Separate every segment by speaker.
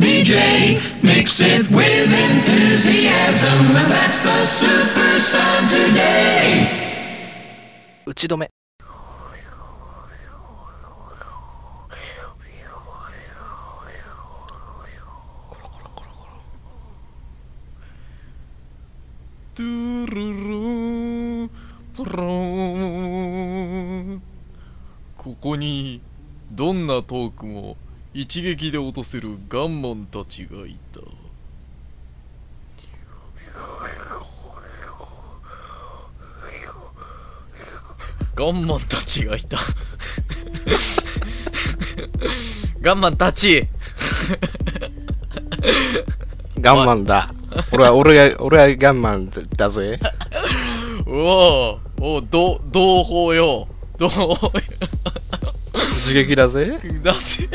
Speaker 1: DJ makes it with enthusiasm, and that's the super sound today.
Speaker 2: 打ち止め
Speaker 3: トゥルルポロンここにどんなトークも一撃で落とせるガンマンたちがいたガンマンたちがいたガンマンたち
Speaker 4: ガンマンだ。俺は、俺が、俺はガンマンだだぜ。
Speaker 3: おおおおど同胞よ同胞よ
Speaker 4: 一撃だぜ。
Speaker 3: だせ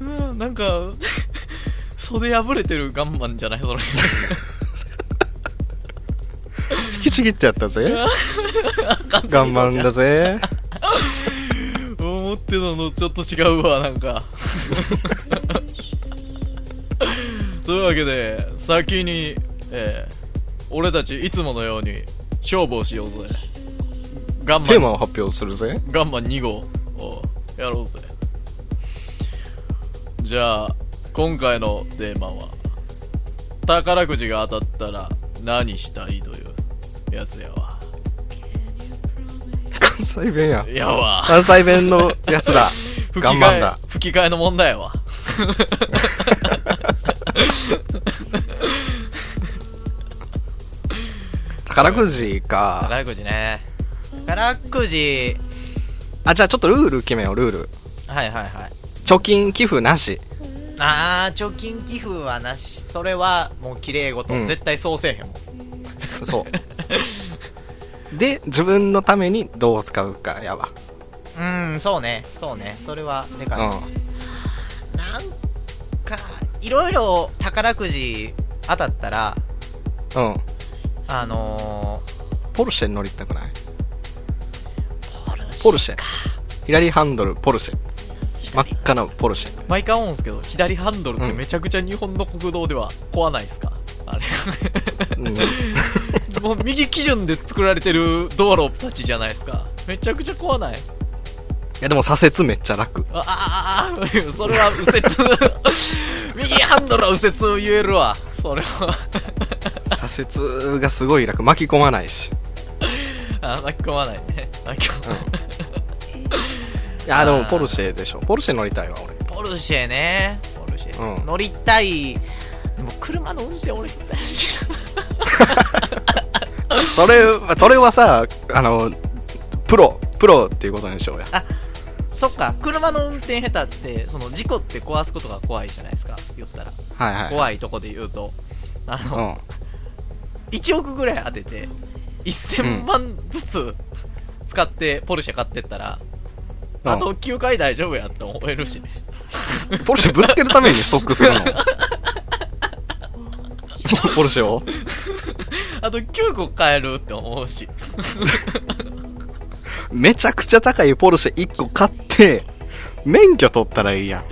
Speaker 3: うんなんか袖破れてるガンマンじゃないそれ
Speaker 4: 引きちぎってやったぜ。ガンマンだぜ。
Speaker 3: 思ってたのちょっと違うわなんか というわけで先に、えー俺たちいつものように勝負をしようぜガンマ
Speaker 4: テー
Speaker 3: ン
Speaker 4: マを発表するぜ。
Speaker 3: ガンマン2号をやろうぜじゃあ今回のテーマは宝くじが当たったら何したいというやつやわ
Speaker 4: 関西弁や。
Speaker 3: やわ。
Speaker 4: 関西弁のやつだ
Speaker 3: 吹き
Speaker 4: ガンマ
Speaker 3: 替
Speaker 4: ン
Speaker 3: え
Speaker 4: だ。
Speaker 3: 吹き替えの問題やわ
Speaker 4: 宝くじか。
Speaker 5: 宝くじね宝くじ
Speaker 4: あ、じゃあちょっとルール決めよう、ルール。
Speaker 5: はいはいはい
Speaker 4: 貯金、寄付なし。
Speaker 5: あー貯金寄付はなしそれはもう綺麗事、
Speaker 4: うん
Speaker 5: 絶対そうせえへんもん
Speaker 4: そう。で、自分のためにどう使うかやわ。
Speaker 5: うんそうねそうねそれはで
Speaker 4: う
Speaker 5: かい、
Speaker 4: ん。
Speaker 5: なんかいろいろ宝くじ当たったら
Speaker 4: うん。
Speaker 5: あの
Speaker 4: ポルシェに乗りたくない
Speaker 5: ー、ポルシェ
Speaker 4: ポルシェ。左ハンドル、ポルシェ。真っ赤なポルシェ。
Speaker 3: 毎回思うんですけど左ハンドルってめちゃくちゃ日本の国道では壊ないですか、あれ
Speaker 4: うん
Speaker 3: もう右基準で作られてる道路たちじゃないですかめちゃくちゃ壊ない
Speaker 4: いやでも左折めっちゃ楽。
Speaker 3: あああああ それは右折右ハンドルは右折言えるわそれは
Speaker 4: 左折がすごい楽。巻き込まないし。
Speaker 3: あ巻き込まないね巻き込まない、
Speaker 4: いやで
Speaker 5: あ
Speaker 4: も
Speaker 5: ー
Speaker 4: ポルシェでしょ。ポルシェ乗りたいわ、俺。
Speaker 5: ポルシェねポルシェ、
Speaker 4: うん
Speaker 5: 乗りたいでも車の運転俺大事だ
Speaker 4: それ、それはさ、あの、プロ、プロっていうことにしようや。
Speaker 5: そっか車の運転下手ってその事故って壊すことが怖いじゃないですか言ったら
Speaker 4: はいはい。
Speaker 5: 怖いとこで言うとあの、
Speaker 4: うん。
Speaker 5: 1億ぐらい当てて1000万ずつ使ってポルシェ買ってったら、
Speaker 4: うん
Speaker 5: あと9回大丈夫やって思えるしね
Speaker 4: ポルシェぶつけるためにストックす るのポルシェを
Speaker 5: あと9個買えるって思うし
Speaker 4: めちゃくちゃ高いポルシェ1個買って免許取ったらいいやん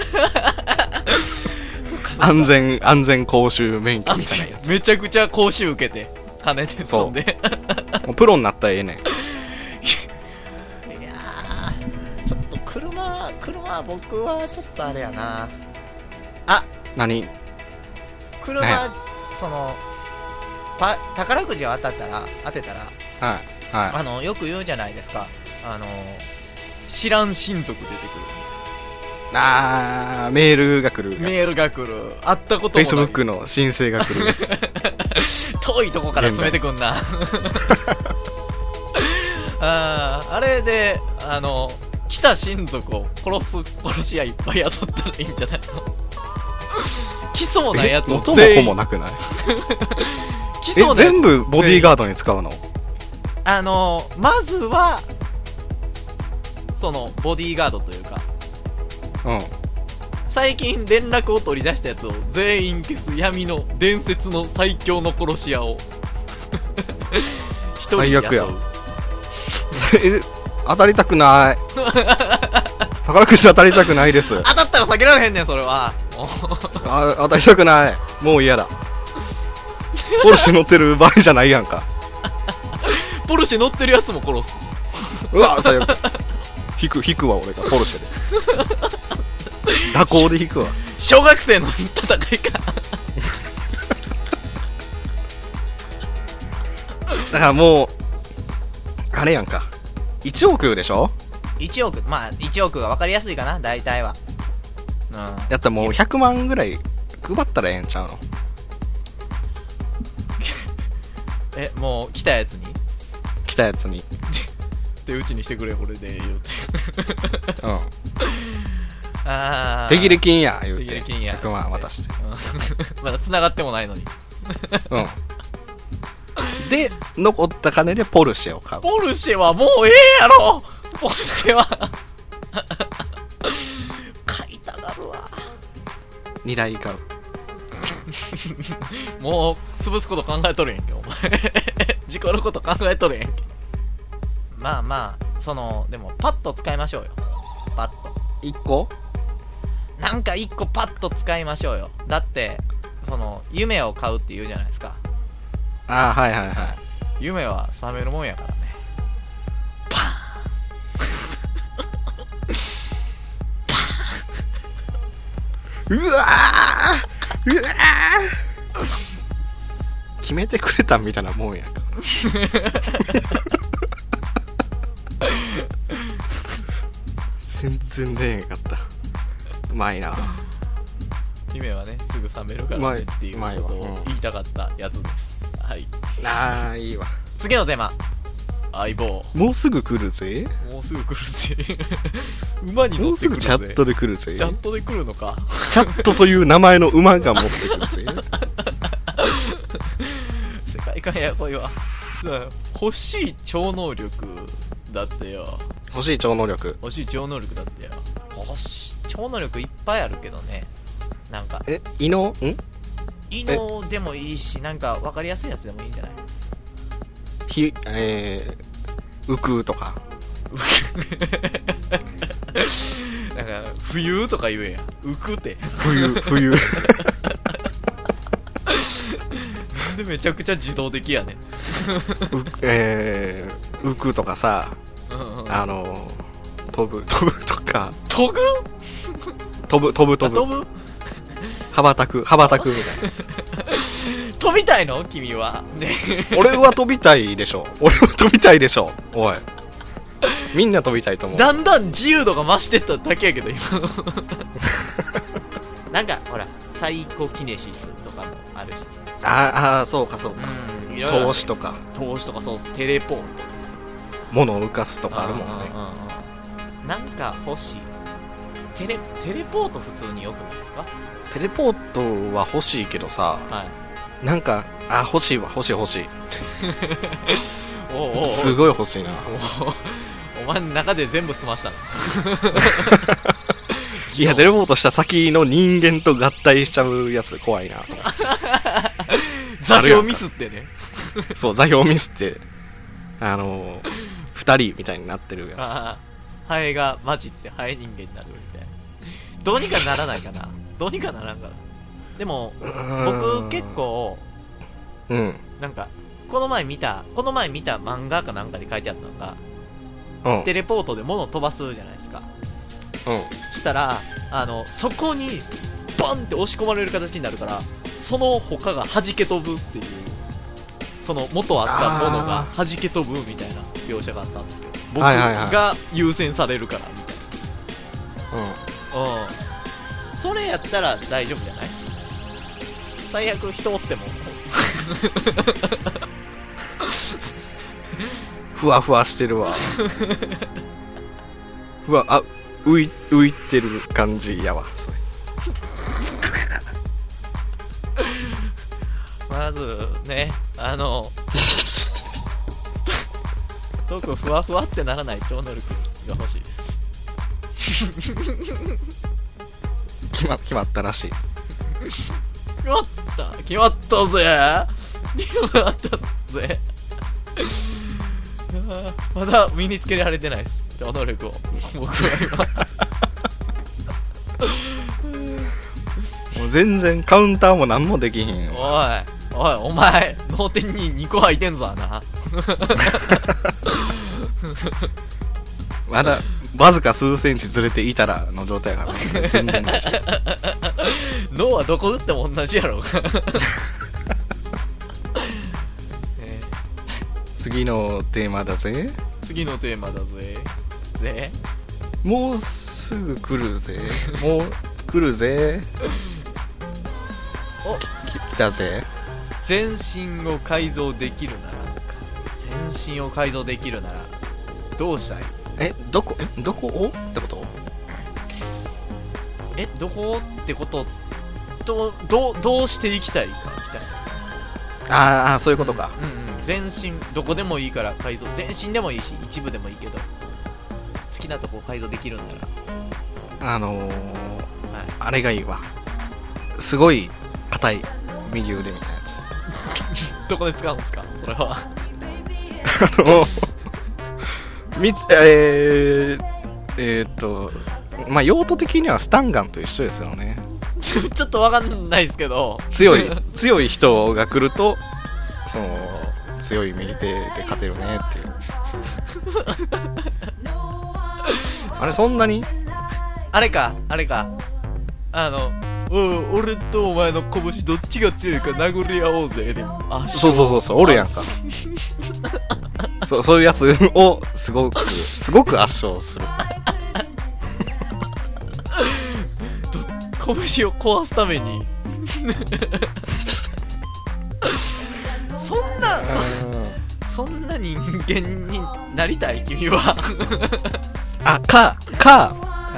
Speaker 4: 安全安全講習免許みたいなや
Speaker 3: めちゃくちゃ講習受けて金で
Speaker 4: そう
Speaker 3: 飛んで
Speaker 4: つもうプロになったらええねん
Speaker 5: いやーちょっと 車車僕はちょっとあれやなあ
Speaker 4: 何
Speaker 5: 車、
Speaker 4: ね
Speaker 5: そのパ宝くじを当たったら当てたら
Speaker 4: はいは
Speaker 5: あのよく言うじゃないですかあの
Speaker 3: 知らん親族出て
Speaker 4: いあーメールが来る
Speaker 3: くるメー
Speaker 4: ル
Speaker 3: ルが来る会ったこともない
Speaker 4: Facebook の申請が来るやつ
Speaker 3: 遠いとこから詰めてくんなあーあれであの来た親族を殺す 殺し屋いっぱい雇ったらいいんじゃないの 来そうな
Speaker 4: え
Speaker 3: やつを
Speaker 4: 元も
Speaker 3: 全
Speaker 4: 子
Speaker 3: 員
Speaker 4: もなくない
Speaker 3: 来そ
Speaker 4: え
Speaker 3: うなや
Speaker 4: 全部ボディーガードに使うの
Speaker 5: あのまずは
Speaker 3: つそのボディーガードというか
Speaker 4: うん
Speaker 3: 最近連絡を取り出したやつを全員消す闇の伝説の最強の殺し屋を 一人
Speaker 4: 最悪や
Speaker 3: 雇う
Speaker 4: え当たりたくない宝くじ当たりたくないです
Speaker 3: 当たったら避けられへんねんそれは
Speaker 4: あ当たりたくないもう嫌だポルシェ乗ってる場合じゃないやんか
Speaker 5: ポルシェ乗ってるやつも殺す
Speaker 4: うわ最悪引く引くわ俺がポルシェで蛇行で引くわ
Speaker 5: 小学生の戦いか
Speaker 4: だからもうあれやんか1億でしょ
Speaker 3: 1億まあ1億が分かりやすいかな大体はうん
Speaker 4: やったらもう100万ぐらい配ったらええんちゃうの
Speaker 3: えもう来たやつに
Speaker 4: 来たやつに
Speaker 5: 手打ちにしてくれこれで言うて
Speaker 4: うん
Speaker 3: ああ
Speaker 4: 手切れ金や言う
Speaker 3: 手切
Speaker 4: て
Speaker 3: れ金や
Speaker 4: 100万渡して
Speaker 3: まだ繋がってもないのに
Speaker 4: うんで残った金でポルシェを買う
Speaker 5: ポルシェはもうええやろポルシェは
Speaker 3: 買いたがるわ
Speaker 4: 2台買う
Speaker 5: もう潰すこと考えとるやんけお前事故のこと考えとるやんけ
Speaker 3: まあまあそのでもパッと使いましょうよパッと
Speaker 4: 1個
Speaker 3: なんか一個パッと使いましょうよだってその夢を買うって言うじゃないですか
Speaker 4: ああはいはいはい
Speaker 3: 夢は覚めるもんやからね
Speaker 4: うわーうわー決めてくれたみたいなもんやんか全然出へんかったうまいな
Speaker 3: 夢はねすぐ覚めるか
Speaker 4: う
Speaker 3: ら
Speaker 4: まい
Speaker 3: ねっていう
Speaker 4: うまい
Speaker 3: こ
Speaker 4: わ
Speaker 3: とを言いたかったやつですはい
Speaker 4: あーいいわ
Speaker 3: 次のテーマ相棒も
Speaker 4: もうすぐ来るぜ
Speaker 5: もうすぐ来るぜ 馬に乗
Speaker 4: もう
Speaker 5: って
Speaker 4: す
Speaker 5: く
Speaker 4: ぐ
Speaker 5: る
Speaker 4: チ
Speaker 5: ぜ
Speaker 4: ャットで来るぜ
Speaker 5: チャットで来るのか
Speaker 4: チャットという名前の馬が持ってくるぜ
Speaker 3: 世界観やこいわ
Speaker 5: さあ欲しい超能力だってよ
Speaker 4: 欲しい超能力
Speaker 5: 欲しい超能力だってよ
Speaker 3: 欲しい超能力いっぱいあるけどねなんか
Speaker 4: え異能ん
Speaker 3: 異能でもいいしなんか分かりやすいやつでもいいんじゃない
Speaker 4: ひえー、浮くとか
Speaker 5: だから冬とか言えや浮くて
Speaker 4: 冬冬
Speaker 5: でめちゃくちゃ自動的やね
Speaker 4: 浮,、えー、浮くとかさ
Speaker 5: うんうん
Speaker 4: あのー飛ぶ 飛ぶとか
Speaker 5: 飛ぶ
Speaker 4: 飛ぶ飛ぶ
Speaker 5: あ
Speaker 4: 飛ぶ
Speaker 5: 飛ぶ
Speaker 4: 羽ばたく羽ばたくみたいなやつ
Speaker 5: 飛びたいの君はね
Speaker 4: 俺は飛びたいでしょ 俺は飛びたいでしょおいみんな飛びたいと思う
Speaker 5: だんだん自由度が増してっただけやけど今 の
Speaker 3: なんかほらサイコキネシスとかもあるし
Speaker 4: ああそうかそうか、
Speaker 3: うんい
Speaker 4: 投資とか
Speaker 3: 投資とかそうそうテレポート
Speaker 4: 物を浮かすとかあるもんね
Speaker 3: うんうんうんなんか欲しいテレテレポート普通によくないですか
Speaker 4: テレポートは欲しいけどさ
Speaker 3: はい
Speaker 4: なんかあ欲しいわ欲しい欲しい
Speaker 3: おうおうおう
Speaker 4: すごい欲しいな
Speaker 3: お前の中で全部済ました の
Speaker 4: いやテレポートした先の人間と合体しちゃうやつ怖いな
Speaker 5: 座標ミスってね
Speaker 4: そう座標ミスってあのー、2人みたいになってるやつ
Speaker 3: ああ ハエが混じってハエ人間になるみたいなどうにかならないかなどうにかならんかなでも僕結構
Speaker 4: うん
Speaker 3: なんかこの前見たこの前見た漫画かなんかで書いてあったのが
Speaker 4: うん
Speaker 3: テレポートで物を飛ばすじゃないですか
Speaker 4: うん
Speaker 3: したらあのそこにバンって押し込まれる形になるからその他が弾け飛ぶっていうその元あったものが
Speaker 4: あ
Speaker 3: 弾け飛ぶみたいな描写があったんですよ僕
Speaker 4: はいはいはい
Speaker 3: が優先されるからみたいなう
Speaker 4: う
Speaker 3: んそれやったら大丈夫じゃない最悪人おっても
Speaker 4: んふわふわして るわふわあ浮い浮いてる感じやわそれ
Speaker 3: まずねあのトークふわふわってならない超能力が欲しいです
Speaker 4: 決ま決まったらしい
Speaker 3: 決まった決まったぜ決まったぜ あーまだ身につけられてないです超能力を僕は今
Speaker 4: 全然カウンターも何もできひん
Speaker 3: おい
Speaker 4: わ
Speaker 3: おいお前脳天に2個入いてんぞな
Speaker 4: まだわずか数センチずれていたらの状態やからな全然大 丈
Speaker 3: 脳はどこ打っても同じやろうが えー
Speaker 4: 夫次のテーマだぜ
Speaker 3: 次のテーマだぜぜ
Speaker 4: もうすぐ来るぜもう来るぜ
Speaker 3: お
Speaker 4: き来たぜ
Speaker 3: 全身を改造できるなら全身を改造できるならどうしたい
Speaker 4: えどこえどこをってこと
Speaker 3: えどこってことどうどうどうしていきたいかみたいな
Speaker 4: あーあーそういうことか、
Speaker 3: うんうん全身どこでもいいから改造全身でもいいし一部でもいいけど好きなとこ改造できるんなら
Speaker 4: あのーあれがいいわすごい硬い右腕みたいなやつ
Speaker 3: どこで使うんですかそれは
Speaker 4: あの、 みつ、えー、えーっと、まあ、用途的にはスタンガンと一緒ですよね。
Speaker 3: ちょちょっとわかんないですけど
Speaker 4: 強 い、強い人が来ると、その、強い右手で勝てるねって いう。あれ、そんなに
Speaker 3: あれかあれかあのうん俺とお前の拳どっちが強いか殴り合おうぜであ
Speaker 4: そうそうそうそう、おるやんか。そうそういうやつを、すごく、すごく圧勝する。
Speaker 3: 拳を壊すために そんなそそんな人間になりたい君 は
Speaker 4: あ、か、か、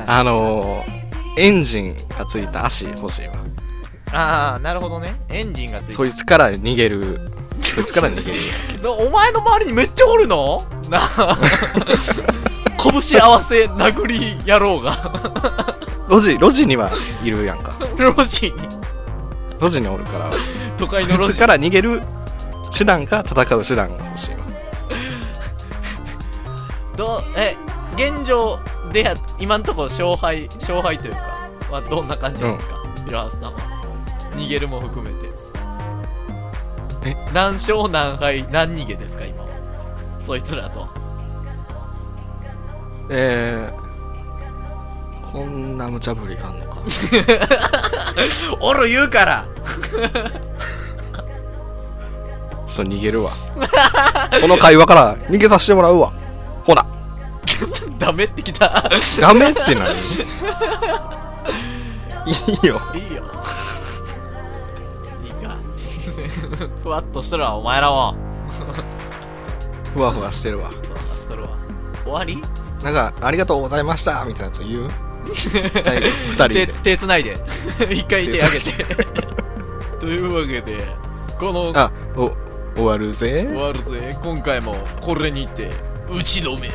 Speaker 4: あのーエンジンがついた足欲しいわ。
Speaker 3: ああなるほどねエンジンがつい
Speaker 4: そ
Speaker 3: て
Speaker 4: いつから逃げる。そいつから逃げる。
Speaker 3: なお前の周りにめっちゃおるのな あ拳合わせ殴り野郎が
Speaker 4: 路地、路地にはいるやんか。
Speaker 3: 路地に
Speaker 4: 路地におるから、
Speaker 3: 都会の
Speaker 4: そい
Speaker 3: 路
Speaker 4: つ
Speaker 3: 地
Speaker 4: から逃げる手段か戦う手段が欲しいわ。
Speaker 3: どうえ現状でや今んとこ勝敗勝敗というかはどんな感じなんですか、イロハスさんは逃げるも含めて
Speaker 4: え
Speaker 3: 何勝何敗何逃げですか今はそいつらと
Speaker 4: えー、こんな無茶ぶりがあんのか。
Speaker 3: おる言うから
Speaker 4: そう、逃げるわ。この会話から逃げさせてもらうわ。ほら、
Speaker 3: ダメってきた
Speaker 4: ダメってなる。いいよ。
Speaker 3: いいよいいか ふわっとしとるわお前らも
Speaker 4: ふわふわしてるわ。
Speaker 3: ふわふわしとるわ終わり
Speaker 4: なんか、ありがとうございましたみたいなやつ言う最後、二人
Speaker 3: 手
Speaker 4: で。
Speaker 3: 手つないで 一回手あげて というわけでこの
Speaker 4: あ、お、終わるぜ。
Speaker 3: 終わるぜ今回もこれにて打ち止め